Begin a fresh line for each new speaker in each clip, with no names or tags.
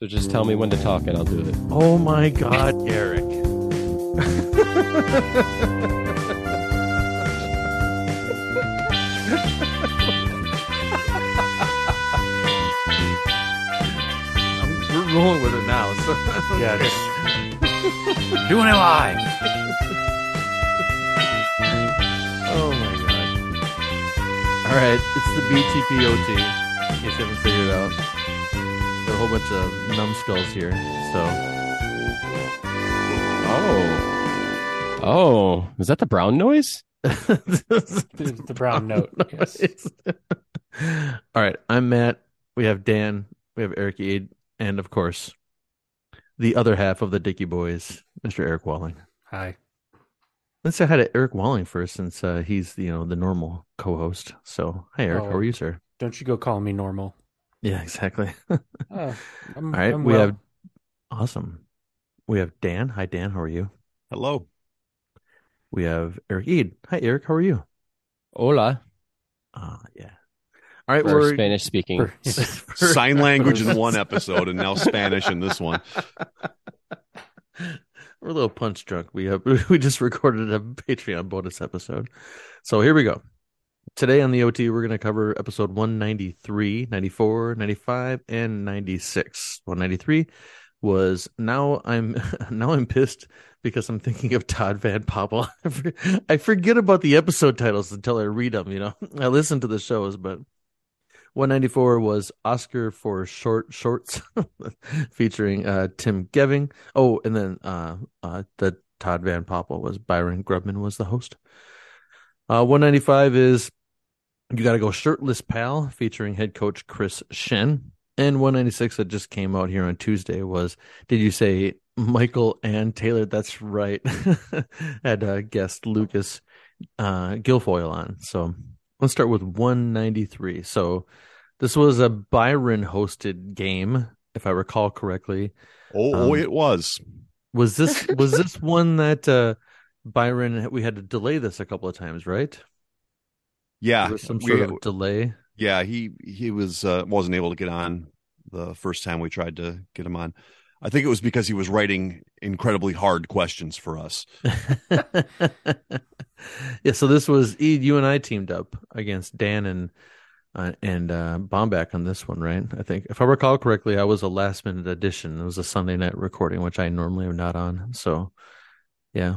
So just tell me when to talk and I'll do it.
Oh my God, Eric.
I'm, we're rolling with it now. So
Yes.
doing it live.
Oh my God.
All right, it's the BTPOT. In case you haven't figured it out, there are a whole bunch of numbskulls here. So
Oh. Oh. Is that the brown noise?
The, the brown note. Yes.
All right, I'm Matt. We have Dan. We have Eric Eade, and of course, the other half of the Dicky Boys, Mr. Eric Walling.
Hi.
Let's say hi to Eric Walling first, since uh, he's you know the normal co-host. So, hi Eric, how
Oh.
are you, sir?
Don't you go calling me normal.
Yeah, exactly.
Oh, I'm,
All right,
I'm
we
well.
have awesome. We have Dan. Hi, Dan. How are you?
Hello.
We have Eric Eade. Hi, Eric. How are you?
Hola.
Ah, yeah. All right,
For
we're
Spanish speaking.
for-
Sign language in one episode and now Spanish in this one.
We're a little punch drunk. We have, we just recorded a Patreon bonus episode, so here we go. Today on the OT, we're going to cover episode 193, 94, 95, and 96. 193 was now I'm now I'm pissed because I'm thinking of Todd Van Poppel. I for- I forget about the episode titles until I read them. You know, I listen to the shows, but 194 was Oscar for short shorts, featuring uh, Tim Geving. Oh, and then uh, uh, the Todd Van Poppel was Byron Grubman was the host. Uh, 195 is you got to go shirtless pal featuring head coach Chris Shen. And 196 that just came out here on Tuesday was did you say Michael and Taylor? That's right. Had uh, guest Lucas uh, Guilfoyle on. So let's start with 193. So this was a Byron hosted game, if I recall correctly.
Oh, oh
Um,
it was.
Was this was this one that uh, Byron? We had to delay this a couple of times, right?
Yeah.
There was some
we-
sort of delay.
yeah, he he was uh, wasn't able to get on the first time we tried to get him on. I think it was because he was writing incredibly hard questions for us.
yeah, so this was Ed. You and I teamed up against Dan and uh, and uh, Bomback on this one, right? I think, if I recall correctly, I was a last minute addition. It was a Sunday night recording, which I normally am not on. So, yeah.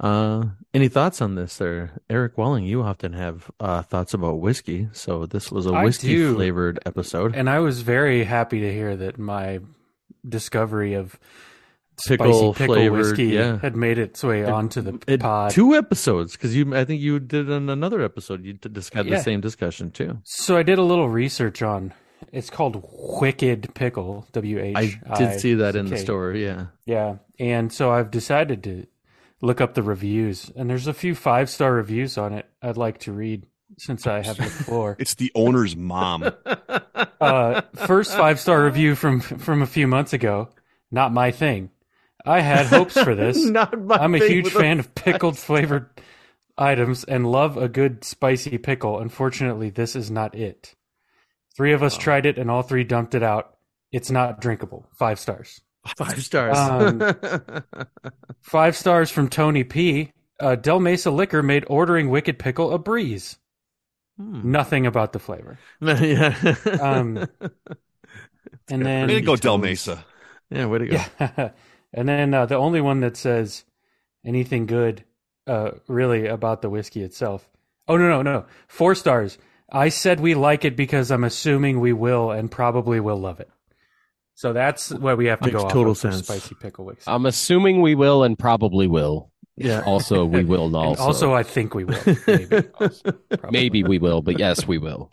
Uh, any thoughts on this? There, Eric Walling. You often have uh, thoughts about whiskey, so this was a
I
whiskey
do.
flavored episode.
And I was very happy to hear that my discovery of
Pickle
spicy pickle
flavored,
whiskey
yeah.
had made its way
It-
onto the
It-
pod.
two episodes because you. I think you did in another episode. You did this, had
Yeah.
the same discussion too.
so I did a little research on. It's called Wicked Pickle. W H.
I did see that in the store. Yeah.
Yeah, and so I've decided to look up the reviews, and there's a few five star reviews on it. I'd like to read since I have the floor.
It's the owner's mom.
uh, first five star review from from a few months ago. Not my thing. I had hopes for this.
Not my
I'm a
thing
huge
with a-
fan of pickled flavored items and love a good spicy pickle. Unfortunately, this is not it. Three of us tried it, and all three dumped it out. It's not drinkable. Five stars.
Five stars.
Um, Five stars from Tony P. Uh, Del Mesa Liquor made ordering Wicked Pickle a breeze.
Hmm.
Nothing about the flavor.
yeah.
Um, And then
Way to go, Del Mesa.
yeah. Way to go.
Yeah. and then uh, the only one that says anything good uh, really about the whiskey itself. Oh, no, no, no. Four stars. I said we like it because I'm assuming we will and probably will love it. So that's what we have to
Makes
go off
total
of for
sense.
spicy pickle whiskey.
I'm assuming we will and probably will.
Yeah.
Also, we will and
and
also.
also, I think we will. Maybe. Probably.
Maybe we will, but yes, we will.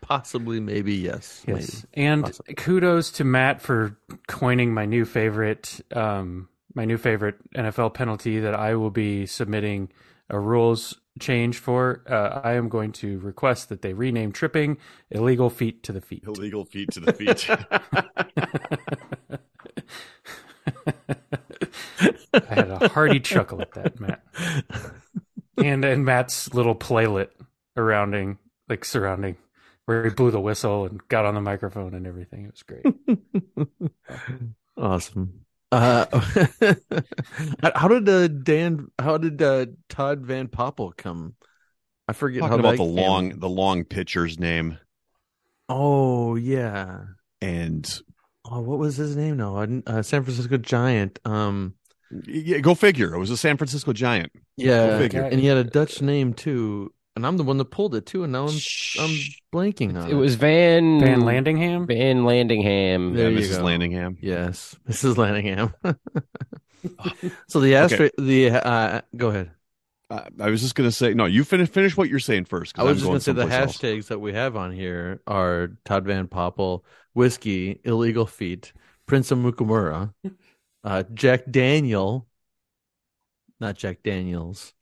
Possibly. Maybe. Yes.
Yes. And
Awesome.
kudos to Matt for coining my new favorite um my new favorite NFL penalty that I will be submitting a rules change for. Uh, I am going to request that they rename tripping illegal feet to the feet.
Illegal feet to the feet.
I had a hearty chuckle at that, Matt. And and Matt's little playlet surrounding like surrounding where he blew the whistle and got on the microphone and everything. It was
Uh,
great.
awesome. Uh, how- how did uh, Dan? How did uh, Todd Van Poppel come? I forget
Talking
how
about
that
the
came.
long the long pitcher's name
Oh yeah.
and
Oh, what was his name? No, uh, San Francisco Giant. Um,
yeah, go figure. It was a San Francisco Giant.
yeah,
figure.
and he had a Dutch name too. And I'm the one that pulled it too. And now I'm I'm blanking on
It was Van
Van
Mm.
Landingham.
Van Landingham.
There
yeah,
you
Mrs.
go.
Landingham.
Yes, Mrs. Lanningham. so the Astro, the uh, go ahead.
Uh, I was just gonna say no. You finish finish what you're saying first.
I
'cause
was
I'm
just
going
going to say the
someplace else.
hashtags that we have on here are Todd Van Poppel, Whiskey, Illegal Feet, Prince of Mukamura, uh, Jack Daniel, not Jack Daniels,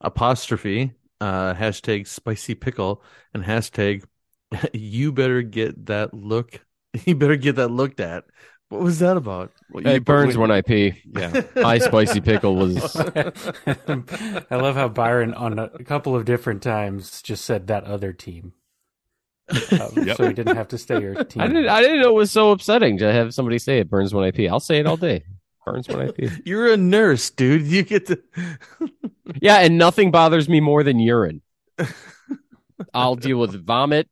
apostrophe, uh, hashtag Spicy Pickle, and hashtag You better get that look. You better get that looked at. What was that about?
Well, you-
It burns
wait,
when I pee.
Yeah,
High spicy pickle was.
I love how Byron on a, a couple of different times just said that other team, Um,
Yep.
so he didn't have to say your team.
I didn't. I didn't know it was so upsetting to have somebody say it burns when I pee. I'll say it all day. Burns when I pee.
You're a nurse, dude. You get to.
Yeah, and nothing bothers me more than urine. I'll deal with vomit.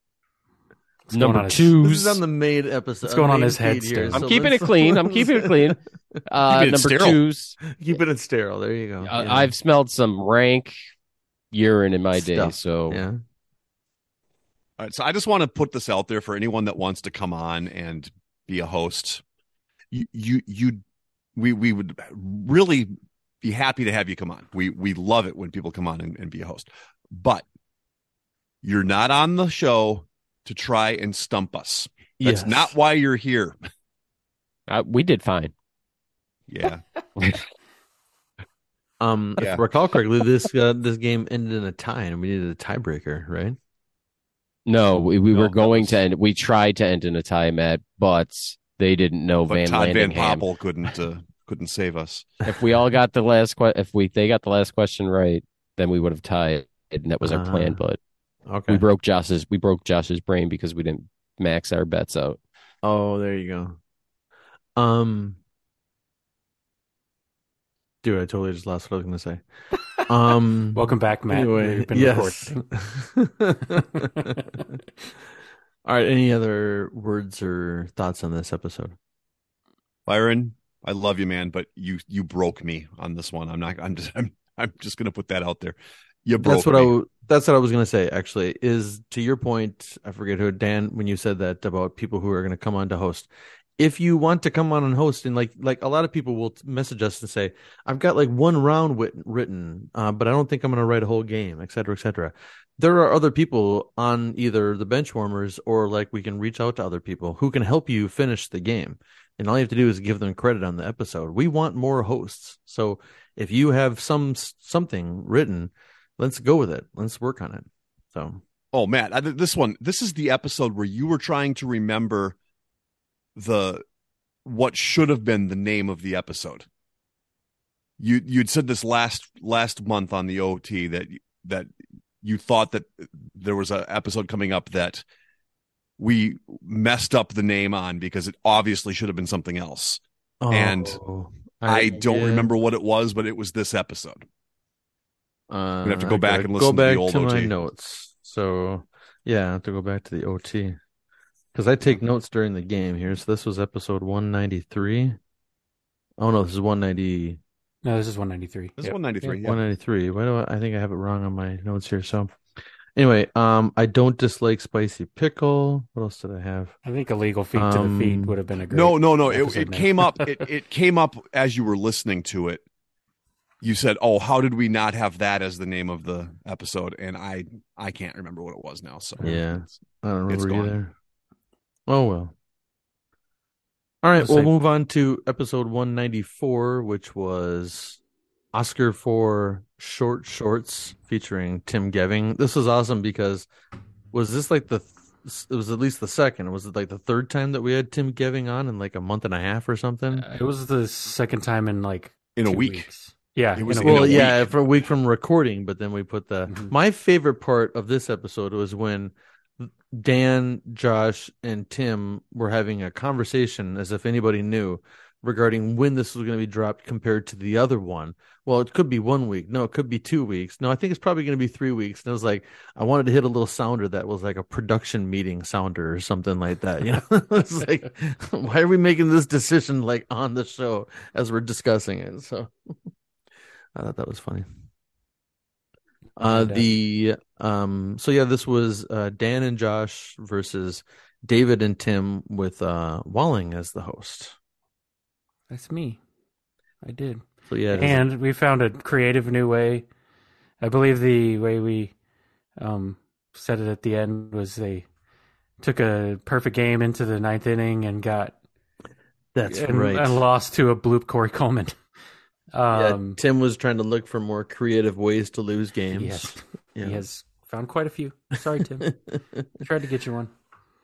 What's going
Number
on is-
This is
twos.
on the maid episode.
What's going on
main
his head,
feed here,
Stan?
I'm
so
keeping it
let's-
clean. I'm keeping it clean. Uh,
Keeping it
number
sterile.
twos.
Keep it in sterile. There you go.
Uh,
Oh, Yeah.
I've smelled some rank urine in my day,
Stuff.
so
yeah.
All right, so I just want to put this out there for anyone that wants to come on and be a host. You, you, you, we, we would really be happy to have you come on. We, we love it when people come on and, and be a host, but you're not on the show to try and stump us. That's
Yes.
not why you're here.
uh, we did fine.
Yeah.
Um,
Yeah.
if I recall correctly, this uh, this game ended in a tie, and we needed a tiebreaker, right?
No, we, we
No,
were
that
going
was-
to end. We tried to end in a tie, Matt, but they didn't know
But
Van
Todd Van
Landingham.
Poppel couldn't, uh, couldn't save us.
if we all got the last question, if we they got the last question right, then we would have tied, and that was our
Ah,
plan. But
Okay.
we broke Josh's we broke Josh's brain because we didn't max our bets out.
oh, there you go. Um, dude, I totally just lost what I was gonna say. Um,
Welcome back, Matt.
Anyway,
You've been
yes.
recorded.
All right. Any other words or thoughts on this episode?
Byron, I love you, man, but you, you broke me on this one. I'm not, I'm just, I'm, I'm just going to put that out there. You broke
that's what
me.
I w- that's what I was gonna say. Actually, is to your point. I forget who Dan when you said that about people who are gonna come on to host. If you want to come on and host, and like like a lot of people will t- message us and say, "I've got like one round wit- written, uh, but I don't think I'm gonna write a whole game, et cetera, et cetera." There are other people on either the bench warmers or like we can reach out to other people who can help you finish the game. And all you have to do is give them credit on the episode. We want more hosts, so if you have some s- something written let's go with it. Let's work on it. So
Oh, Matt, I, th- this one, this is the episode where you were trying to remember the what should have been the name of the episode. You you'd said this last last month on the OT that y- that you thought that there was an episode coming up that we messed up the name on because it obviously should have been something else. And
Oh,
I, don't
did.
remember what it was, but it was this episode.
Uh,
gonna have to go
I
back
gotta
and listen to the
back
old
to my
OT.
notes. So yeah, I have to go back to the OT because I take notes during the game here. So this was episode one ninety three. Oh no, this is one ninety
No, this is 193.
This
Yep.
one ninety three. Yeah.
one ninety three. Why do I, I think I have it wrong on my notes here? So anyway, um, I don't dislike spicy pickle. What else did I have?
I think illegal feet to the
Um,
feet would have been a great.
No, no, no. It,
episode
it
name.
came up. It, it came up as you were listening to it. You said, "Oh, how did we not have that as the name of the episode?" And I, I can't remember what it was now. So
Yeah. I don't
It's
remember
gone.
either. Oh well. All right,
Let's
we'll
see.
move on to episode 194, which was Oscar for Short Shorts featuring Tim Geving. This was awesome because was this like the th- it was at least the second. Was it like the third time that we had Tim Geving on in like a month and a half or
Uh,
something?
It was the second time in like
in a
two
week,
weeks. Yeah,
It was
in a
in
week.
a
well, yeah,
week. Mm-hmm.
for a week from recording, but then we put the
Mhm.
my favorite part of this episode was when Dan, Josh, and Tim were having a conversation as if anybody knew regarding when this was going to be dropped compared to the other one. Well, it could be one week. No, it could be two weeks. No, I think it's probably going to be three weeks. And I was like, I wanted to hit a little sounder that was like a production meeting sounder or something like that. You know, it's like, why are we making this decision like on the show as we're discussing it? So I thought that was funny. Uh,
And, uh,
the um, so yeah, this was uh, Dan and Josh versus David and Tim with uh, Walling as the host.
That's me. I did.
So yeah, it is-
and we found a creative new way. I believe the way we um, said it at the end was they took a perfect game into the ninth inning and got
that's
and,
right.
and lost to a bloop Corey Coleman.
Yeah,
Um,
Tim was trying to look for more creative ways to lose games.
yes,
Yeah.
he has found quite a few. Sorry, Tim. Tried to get you one.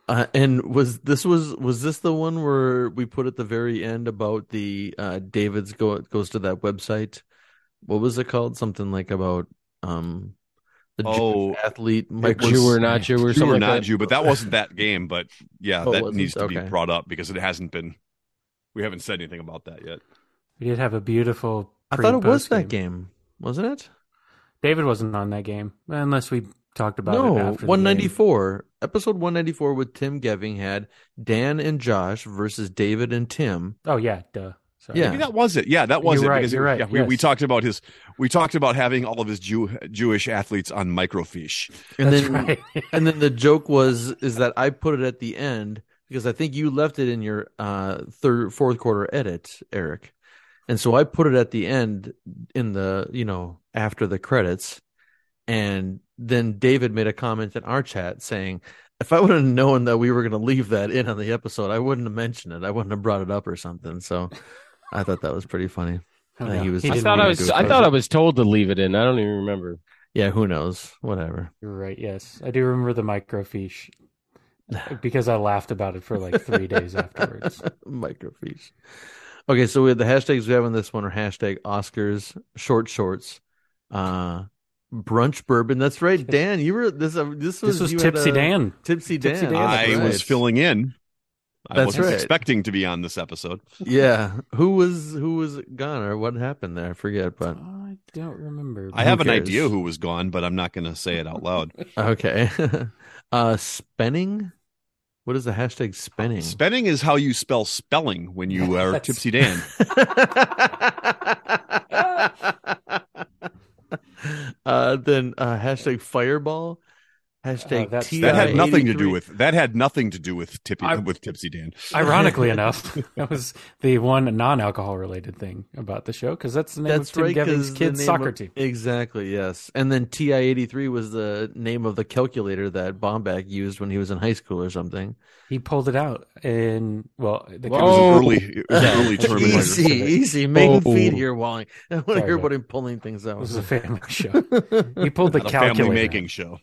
Uh, and was this was was this the one where we put at the very end about the uh David's go goes to that website? What was it called? Something like about um the Jewish
Oh.
athlete
Like
Mike
Jew or not Jew or
You
something
or
like
not
that.
you, but that wasn't that game. But yeah,
Oh, it
that
wasn't?
needs to
Okay.
be brought up because it hasn't been. We haven't said anything about that yet.
We did have a beautiful.
I
pre-
thought it was
post
that game, wasn't it?
David wasn't on that game unless we talked about it.
no,
after the game.
194. Episode 194 with Tim Geving had Dan and Josh versus David and Tim.
Oh yeah, duh. Sorry.
Yeah.
Maybe that was it. Yeah, that was
You're
it.
right,
because it-
you're right,
Yeah, we, we
yes.
talked about his. We talked about having all of his Jew, Jewish athletes on microfiche.
And
That's
then
right.
and then the joke was is that I put it at the end because I think you left it in your uh third fourth quarter edit, Eric. And so I put it at the end in the, you know, after the credits. And then David made a comment in our chat saying, if I would have known that we were going to leave that in on the episode, I wouldn't have mentioned it. I wouldn't have brought it up or something. So I thought that was pretty funny.
Oh,
Uh,
no.
he was-
I
didn't
thought
want
I
to
was.
do it.
I thought I was told to leave it in. I don't even remember.
Yeah, who knows? Whatever.
You're right. Yes, I do remember the microfiche because I laughed about it for like three days afterwards.
Microfiche. Okay, so we have the hashtags we have on this one are hashtag Oscars, short shorts, uh, brunch bourbon. That's right, Dan. You were this. Uh, this was
This was
you had,
Tipsy
uh,
Dan.
Tipsy Dan.
Tipsy Dan,
I
that's
was
right.
filling in. I
That's
wasn't
right.
expecting to be on this episode.
Yeah, who was who was gone or what happened there? I forget, but
I don't remember.
I have an
cares?
idea who was gone, but I'm not going to say it out loud.
Oh,
okay. uh, spinning. What is the hashtag spinning?
Spelling is how you spell spelling when you are
That's-
tipsy Dan.
uh, then uh, hashtag fireball. Hashtag
that's-
TI
Oh, That had nothing to do
83.
with that had nothing to do with tippy
I-
with tipsy Dan.
Ironically enough, that was the one non-alcohol related thing about the show because that's the name
That's
of Tim
right.
Gevin's
'cause the
kids
name
soccer
of-
team.
Exactly. Yes. And then TI eighty three was the name of the calculator that Bomback used when he was in high school or something.
He pulled it out in well. The
It was
Whoa.
an early, it was an early term. in my-
easy, easy. Making
Oh.
feet here, Walling. I want to
Sorry,
hear
man.
about him pulling things out.
It was a family show. He pulled the
on a
calculator.
family making show.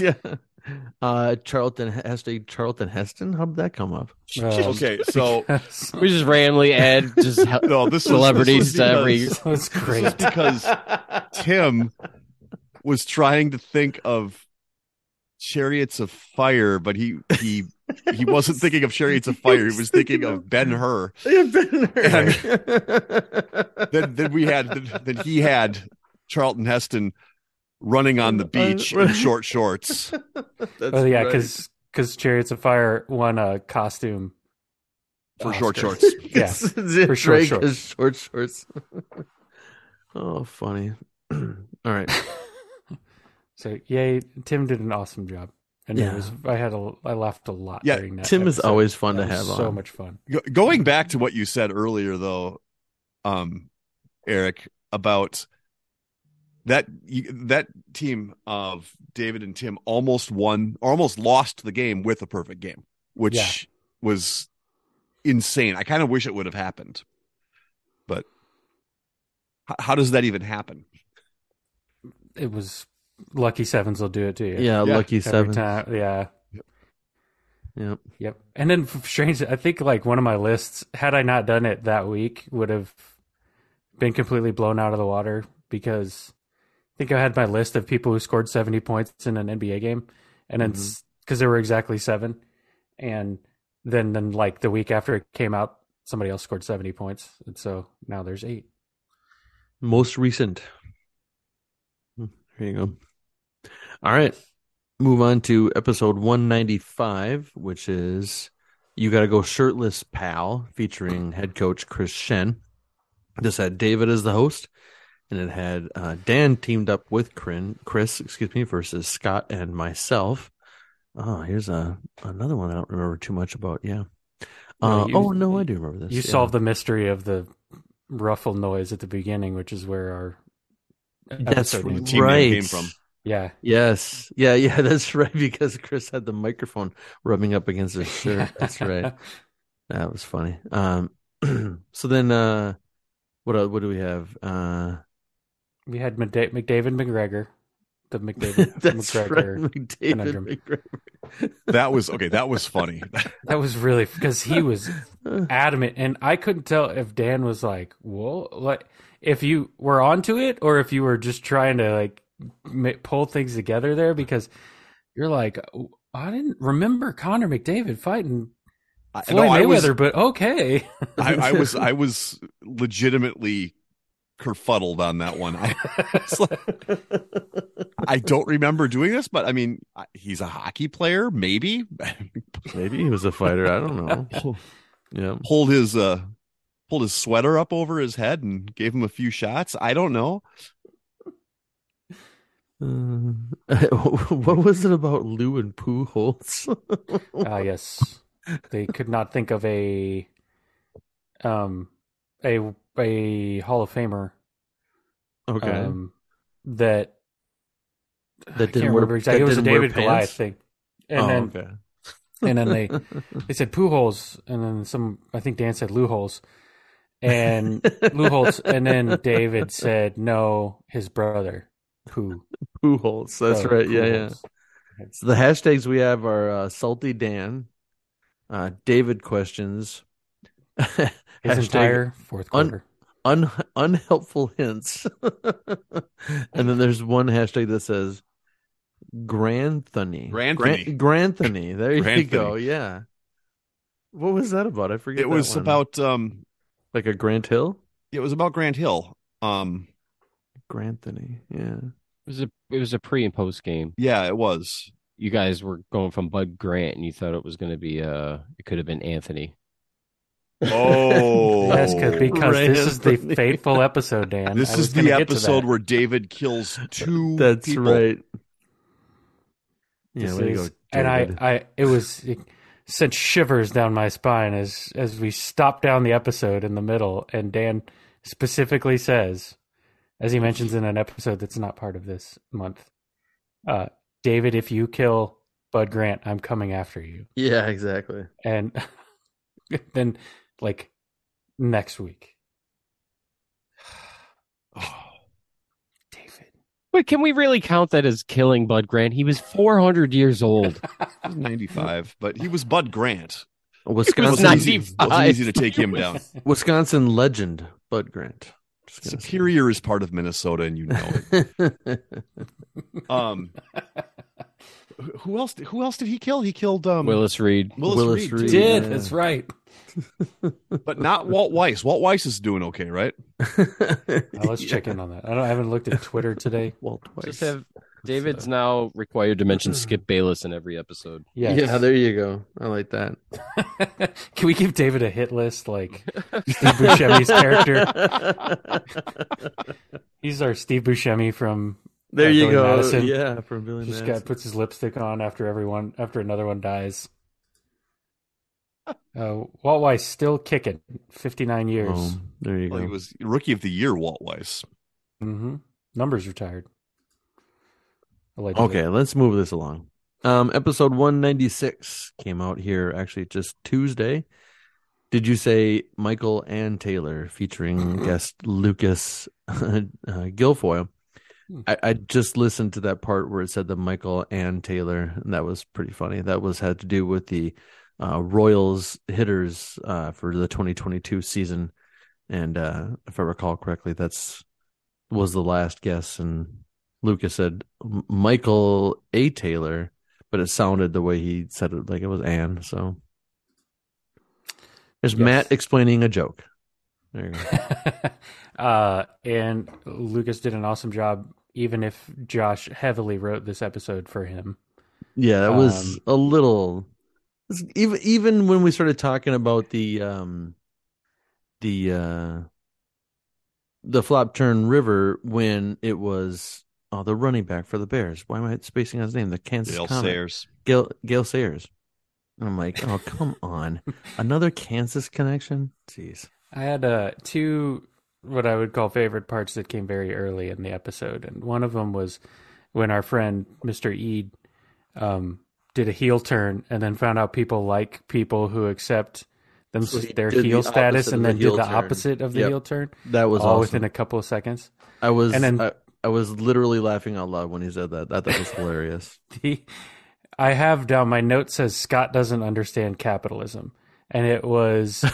yeah. Uh, Charlton hashtag Charlton Heston. How did that come up?
Um,
Okay, so
That's,
We just randomly add just he-
no, this was- this
celebrities
was
to every.
because-
that's
this
great.
was because Tim was trying to think of chariots of fire, but he he he wasn't thinking of chariots of fire. He was thinking of Ben Hur.
Yeah, Ben Hur.
Then then we had then, then he had Charlton Heston running on the beach in short shorts.
That's
Oh yeah,
right.
because Chariots of Fire won a costume.
For
Oscar.
short shorts.
Yeah,
It's- it's
for short
Drake
shorts.
is short shorts. oh, funny. All right.
So yay, Tim did an awesome job, and
Yeah.
it was I had a I laughed a lot
Yeah,
during that.
Tim is
episode.
always fun
That
to have
was so
on.
much fun.
Go- going back to what you said earlier though um eric about that you, that team of david and tim almost won almost lost the game with a perfect game which
Yeah.
was insane i kind of wish it would have happened but h- how does that even happen
It was lucky sevens will do it to you.
Yeah,
Yeah.
lucky
every
seven.
time. Yeah.
Yep.
Yep. And then f- strange, I think like one of my lists, had I not done it that week, would have been completely blown out of the water because I think I had my list of people who scored 70 points in an NBA game and
Mm-hmm.
then because there were exactly seven, and then then like the week after it came out, somebody else scored seventy points, and so now there's eight.
Most recent. Hmm, There you go. All right. Move on to episode 195, which is You Gotta Go Shirtless Pal, featuring head coach Chris Shen. This had David as the host, and it had uh, Dan teamed up with Crin, Chris, excuse me, versus Scott and myself. Oh, here's a another one I don't remember too much about. Yeah.
No,
Uh,
you-
oh no, I do remember this.
You
yeah.
solved the mystery of the ruffle noise at the beginning, which is where our
That's
episode name-
the team name
right.
came from.
yeah.
Yes. Yeah, yeah, that's right. Because Chris had the microphone rubbing up against his shirt. That's right. That was funny. Um so then uh what el- what do we have? Uh
we had McDa- McDavid McGregor, the McDavid
that's
McGregor.
right,
conundrum.
McDavid McGregor.
That was okay. That was funny.
That was really because he was adamant, and I couldn't tell if Dan was like, "Whoa," like if you were onto it, or if you were just trying to like ma- pull things together there, because you're like, "Oh, "I didn't remember Connor McDavid fighting
I, no,
Floyd
I was-
Mayweather," but okay,
I, I was I was legitimately kerfuddled on that one. I, it's like, I don't remember doing this, but I mean, I- he's a hockey player. Maybe
Maybe he was a fighter, I don't know. Yeah.
pulled his uh pulled his sweater up over his head and gave him a few shots. I don't know.
Uh, what was it about Lou and Pooh Holtz?
Ah, yes. They could not think of a um a a Hall of Famer
okay.
um that I
that
can't
didn't wear
remember exactly.
that
it was a
didn't wear
David Goliath
pants?
thing. And
oh,
then
okay.
and then they they said poo holes and then some I think Dan said Lou holes and Lou holes and then David said no his brother poo.
Pooh holes. That's
So,
right.
Pooh
Yeah, yeah.
holes.
So the hashtags we have are uh, salty Dan, uh, David questions,
His
Hashtag
entire fourth
un-
quarter.
un- unhelpful hints, and then there's one hashtag that says Granthony.
Granthony.
Gran- Granthony. There you
Granthony.
go. Yeah. What was that about? I forget.
It
that
was
one.
about um
like a Grant Hill.
it was about Grant Hill. Um
Granthony. Yeah.
was a it was a pre and post game.
yeah, it was.
You guys were going from Bud Grant, and you thought it was going to be uh, it could have been Anthony.
Oh.
Yes, 'cause- because
Ray
this
is
is the
funny.
fateful episode, Dan. I
This
was
is
gonna
the
get to
episode
that.
where David kills two
That's
people.
right. Yeah,
This
way to
is-
go,
and I,
David.
I, it was it sent shivers down my spine as as we stopped down the episode in the middle, and Dan specifically says, as he mentions in an episode that's not part of this month, uh, David, if you kill Bud Grant, I'm coming after you,
Yeah, exactly.
and then like next week, David.
But can we really count that as killing Bud Grant? He was 400 years old.
He was 95, but he was Bud Grant.
It
Wisconsin,
was
Wasn't
not
easy-
deep
wasn't
dive.
easy to take him down.
Wisconsin legend Bud Grant. Just gonna say.
Superior is part of Minnesota, and you know it. Um, who else? Who else did he kill? He killed um,
Willis Reed.
Willis,
Willis
Reed,
Reed. Did,
too.
Did
Yeah. that's
that's right.
but not Walt Weiss. Walt Weiss is doing okay, right?
Uh, Oh, let's check in on that. I don't. I haven't looked at Twitter today.
Walt Weiss.
Just have David's now required to mention Skip Bayless in every episode.
Yes.
Yeah, there you go. I like that.
Can we give David a hit list like Steve Buscemi's character? He's our Steve Buscemi from
there
Uh,
you
Billy
go.
Madison.
Yeah, from Billy
this guy
Madison.
puts his lipstick on after everyone after another one dies. Uh, Walt Weiss still kicking, fifty nine years.
Boom. there you go.
Well, he was Rookie of the Year. Walt Weiss.
hmm Numbers retired. Allegedly.
Okay, let's move this along. Um, episode 196 came out here actually just Tuesday. Did you say Michael and Taylor featuring guest Lucas uh, Guilfoyle?
Hmm.
I, I just listened to that part where it said the Michael and Taylor, and that was pretty funny. That was had to do with the uh, Royals hitters uh, for the 2022 season, and uh, if I recall correctly, that's was the last guess, and Lucas said M- Michael A. Taylor but it sounded the way he said it, like it was Anne. So there's
Yes.
Matt explaining a joke. There you go.
uh, and Lucas did an awesome job, even if Josh heavily wrote this episode for him.
Yeah, that was
Um,
a little. it's- Even even when we started talking about the um, the uh, the flop turn river when it was oh the running back for the Bears. Why am I spacing on his name? The Kansas
Dale
Comet.
Sayers.
Gail Gail Sayers. And I'm like, oh come on, another Kansas connection. Jeez.
I had uh, two what I would call favorite parts that came very early in the episode, and one of them was when our friend Mr. Ead um, did a heel turn and then found out people like people who accept them
So he
their
did the
heel
opposite
status
of
and
the
then
heel
did the
turn.
opposite of the
Yep.
heel turn
That was
all
awesome.
within a couple of seconds.
Oh, I was
and then-
I, I was literally laughing out loud when he said that. I thought it was hilarious.
he, I have down my note says Scott doesn't understand capitalism, and it was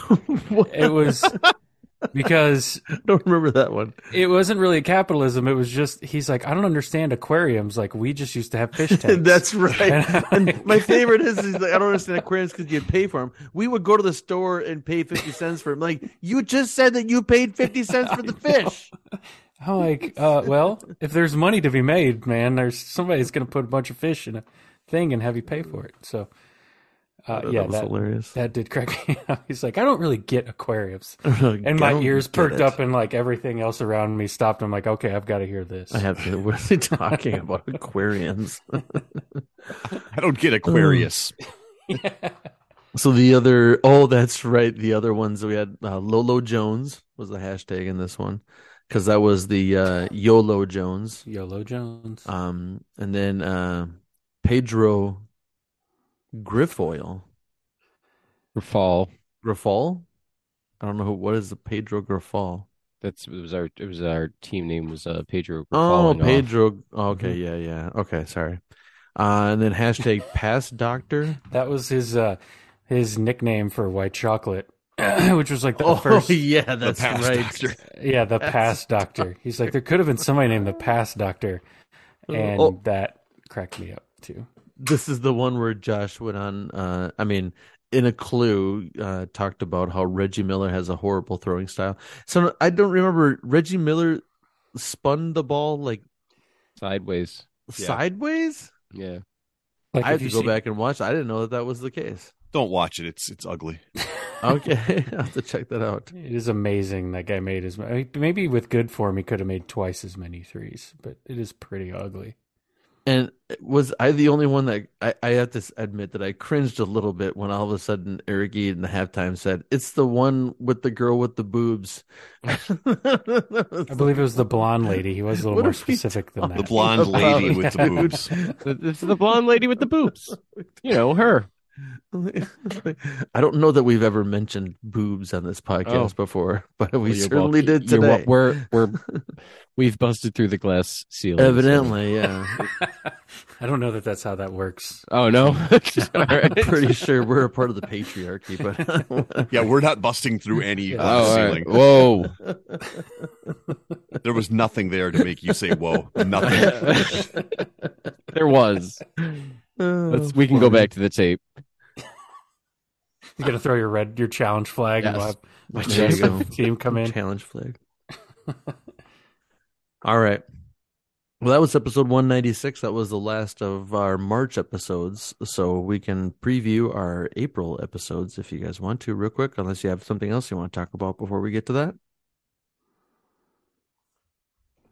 it was because
I don't remember that one.
it wasn't really capitalism. It was just he's like I don't understand aquariums. Like we just used to have fish tanks.
That's right.
And I'm
And
like-
my favorite is, is like, I don't understand aquariums because you pay for them. We would go to the store and pay fifty cents for them. Like you just said that you paid fifty cents for the fish.
I'm like, uh, well, if there's money to be made, man, there's somebody's gonna put a bunch of fish in a thing and have you pay for it. So. Uh, yeah,
that was
that,
hilarious.
that did crack me up. He's like, I don't really get aquariums.
and
and my ears perked up and like everything else around me stopped i'm like okay i've got to hear this
I have to. What are they talking about? Aquariums.
I don't get Aquarius.
So the other, oh, that's right. The other ones that we had, uh, Lolo Jones was the hashtag in this one because that was the uh, YOLO Jones.
yolo jones
Um, and then uh, Pedro Grifoil.
Fall.
Grafal. I don't know who, what is the Pedro Grafal.
That's it was our it was our team name was uh, Pedro.
Oh,
Grafal and, uh,
Pedro. Okay, yeah, yeah. Okay, sorry. Uh, and then hashtag Past Doctor.
that was his uh his nickname for white chocolate which was like the first
oh, yeah,
The
that's
past
right.
doctor.
yeah the past doctor he's like there could have been somebody named the past doctor and
Oh.
that cracked me up too
This is the one where Josh went on. Uh, I mean, in a clue, uh, talked about how Reggie Miller has a horrible throwing style. So I don't remember Reggie Miller spun the ball like
sideways.
Yeah.
sideways.
Yeah.
like
I have
if
to
you
go
see-
back and watch. I didn't know that that was the case.
Don't watch it. It's it's ugly.
Okay, I will have to check that out.
it is amazing that guy made as many maybe with good form he could have made twice as many threes but it is pretty ugly
And was I the only one that I, I have to s- admit that I cringed a little bit when all of a sudden Eric Eade in the halftime said, "It's the one with the girl with the boobs."
i believe it was the blonde lady he was a little
What
more
are we
specific than that
The blonde
About-
lady with the boobs.
It's the blonde lady with the boobs. You know her.
I don't know that we've ever mentioned boobs on this podcast
Oh.
before, but we
Well, you're
certainly
wel-
did
you're wel-
today.
We're we're we've busted through the glass ceiling. so-
Evidently, yeah.
I don't know that that's how that works.
Oh no. All
I'm
right.
pretty sure we're a part of the patriarchy, but
Yeah, we're not busting through any
Yeah.
uh,
Oh, all
ceiling.
right. Whoa.
There was nothing there to make you say whoa. Nothing.
There was. Let's, we
Oh,
can go back to the tape.
You're gonna throw your red your challenge flag and we'll
Yes.
have
My
the rest
challenge.
of the team come in.
Challenge flag. All right. Well, that was episode 196. That was the last of our March episodes. So we can preview our April episodes if you guys want to, real quick, unless you have something else you want to talk about before we get to that.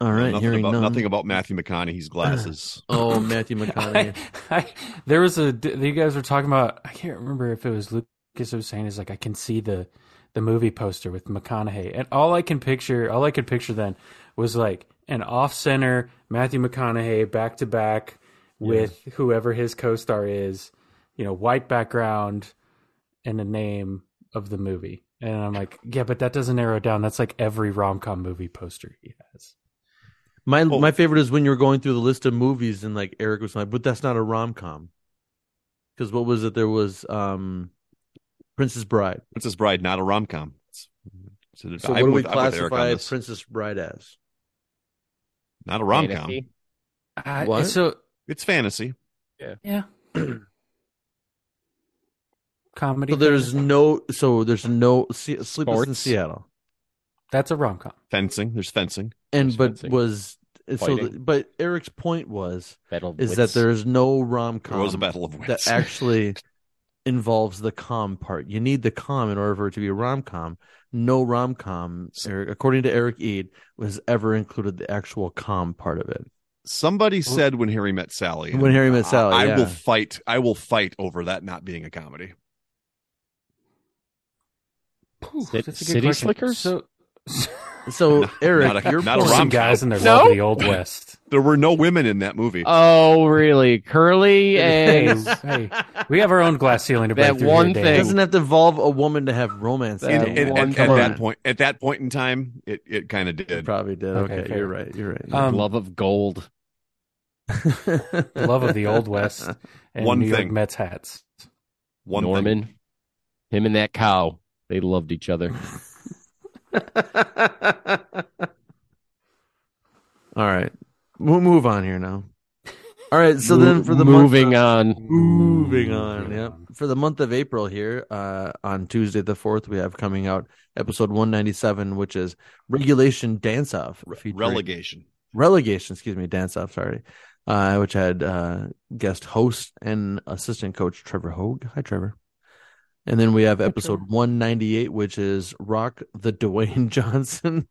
All right.
nothing,
hearing
about,
none.
nothing about Matthew McConaughey's glasses.
Oh, Matthew
I,
McConaughey.
I, there was a you guys were talking about. I can't remember if it was Lucas who was saying is like I can see the the movie poster with McConaughey, and all I can picture, all I could picture then was like an off center Matthew McConaughey back to back with whoever his co star is, you know, white background and a name of the movie. And I'm like, yeah, but that doesn't narrow it down. That's like every rom com movie poster he has.
my
Oh.
my favorite is when you were going through the list of movies and like Eric was like, but that's not a rom com. Because what was it? There was um, Princess Bride.
Princess Bride, not a rom com.
So what
I'm
do we
with, I'm with Eric on
classify
this.
Princess Bride as?
Not a rom com.
Uh,
What?
So
It's fantasy.
yeah, comedy.
So there's
thing?
no. So there's no. Se- Sleepless in
Sports.
Seattle.
that's a rom com.
Fencing. There's fencing.
And
There's
but
fencing.
was so.
Fighting.
But Eric's point was
Battle of
is
wits.
that there's no rom
There was a
com
battle of wits.
that actually involves the com part. You need the com in order for it to be a rom com. No rom com, according to Eric Eid, was ever included the actual com part of it.
Somebody said when Harry met Sally.
When Harry Met Sally,
I, I
yeah.
will fight. I will fight over that not being a comedy.
Poof,
Cit-
that's a good
City
question.
Slickers?
So,
So Eric,
not a-
your
not a
point-
rom-
some guys in their
No.
love of the old west.
There were no women in that movie.
Oh, really? Curly
hey,
and
hey, we have our own glass ceiling to break
That
through
one
here, Dave.
It
thing.
doesn't have to involve a woman to have romance.
That
And-
in
Yeah,
and-
it.
and-
one
at
come
that
on.
point, at that point in time, it, it kind of
It
did.
probably did.
Okay,
Okay,
fair.
you're right. You're right.
Um,
love of gold.
love of the old west and
One
New York
thing.
Mets hats.
One thing.
Norman, him and that cow, they loved each other.
All right, we'll move on here now. All right, so
Mo-
then for the
moving
month, uh,
on,
moving on, yep. For the month of April here, uh, on Tuesday the fourth, we have coming out episode one ninety seven, which is regulation dance off,
Relegation.
relegation, excuse me, dance off, sorry, uh, which had uh, guest host and assistant coach Trevor Hogue. Hi, Trevor. And then we have episode 198, which is Rock the Dwayne Johnson.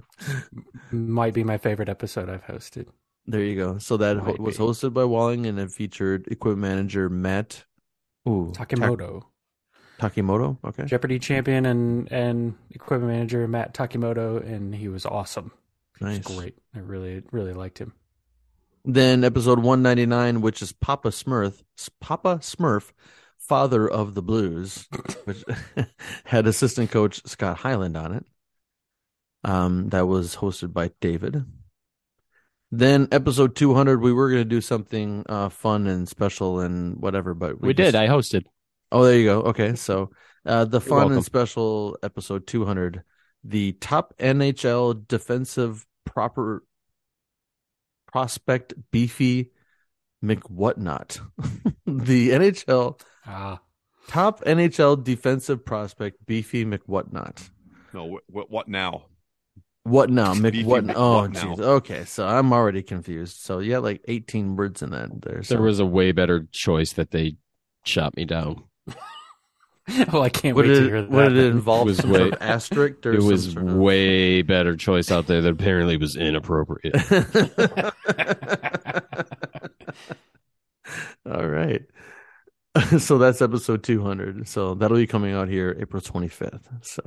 might be my favorite episode I've hosted.
there you go. So that ho-
Might
was
be.
hosted by Walling and it featured equipment manager Matt ooh, Tak-
Takimoto,
Takimoto. Okay.
Jeopardy champion and and equipment manager Matt Takimoto, and he was awesome. He was
Nice.
great. I really really liked him.
Then episode 199, which is Papa Smurf, Papa Smurf, father of the blues, which had assistant coach Scott Highland on it. Um, that was hosted by David. Then episode 200, we were going to do something uh, fun and special and whatever, but
we,
just-
did. I hosted.
Oh, there you go. Okay, so uh, the fun
welcome.
and special episode 200, the top NHL defensive proper prospect beefy McWhatnot, the NHL
Ah,
top NHL defensive prospect beefy McWhatnot.
No, what, what, what now?
What now,
Beefy
McWhat? Oh,
McWhatnow.
jeez. Okay, so I'm already confused. So you had like 18 words in that there. So
There was a way better choice that they shot me down.
well, Oh, I can't
what
wait
did
to
it,
hear that.
what did it involve?
was
some sort
way-
of asterisk or
It
some
was
sort of-
way better choice out there that apparently was inappropriate.
All right. So that's episode 200. So that'll be coming out here April 25th. So,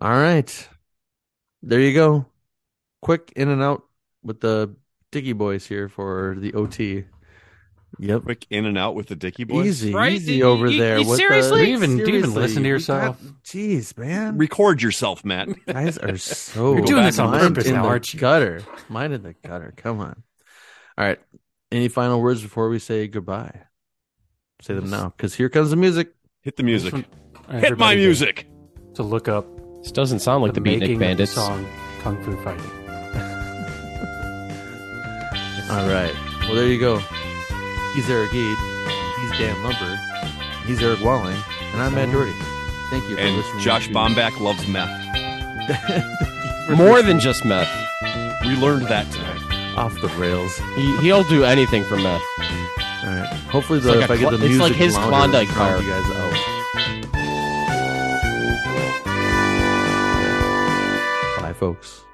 all right. There you go. Quick in and out with the Dicky Boys here for the OT. Yep.
Quick in and out with the Dicky boys.
Easy,
Right?
easy
You-
over
you-
there.
you
with the-
seriously?
Do you even- do you even listen to
You
yourself?
got- Jeez, man.
Record yourself, Matt.
Guys are so.
You're doing this on
Mind
purpose
in
now,
the
aren't you?
Gutter. Mind in the gutter. Come on. All right. Any final words before we say goodbye? Say them now, because here comes the music.
Hit the music. Hit my
Everybody
music.
to look up
This doesn't sound like the,
the,
Beatnik
making of the
Bandits.
song Kung Fu Fighting.
All right. Well, there you go. He's Eric Eid. He's Dan Lumberg. He's Eric Walling. And I'm Matt Doherty. Thank you for
And
listening.
Josh
to-
Bomback loves meth.
More than just meth.
We learned that tonight.
Off the rails.
He, he'll do anything for meth.
All right. Hopefully,
like
though, if
a
I get
Cl-
the
it's
music,
like his
louder,
Klondike
it'll
bar.
drown you guys out. Bye, folks.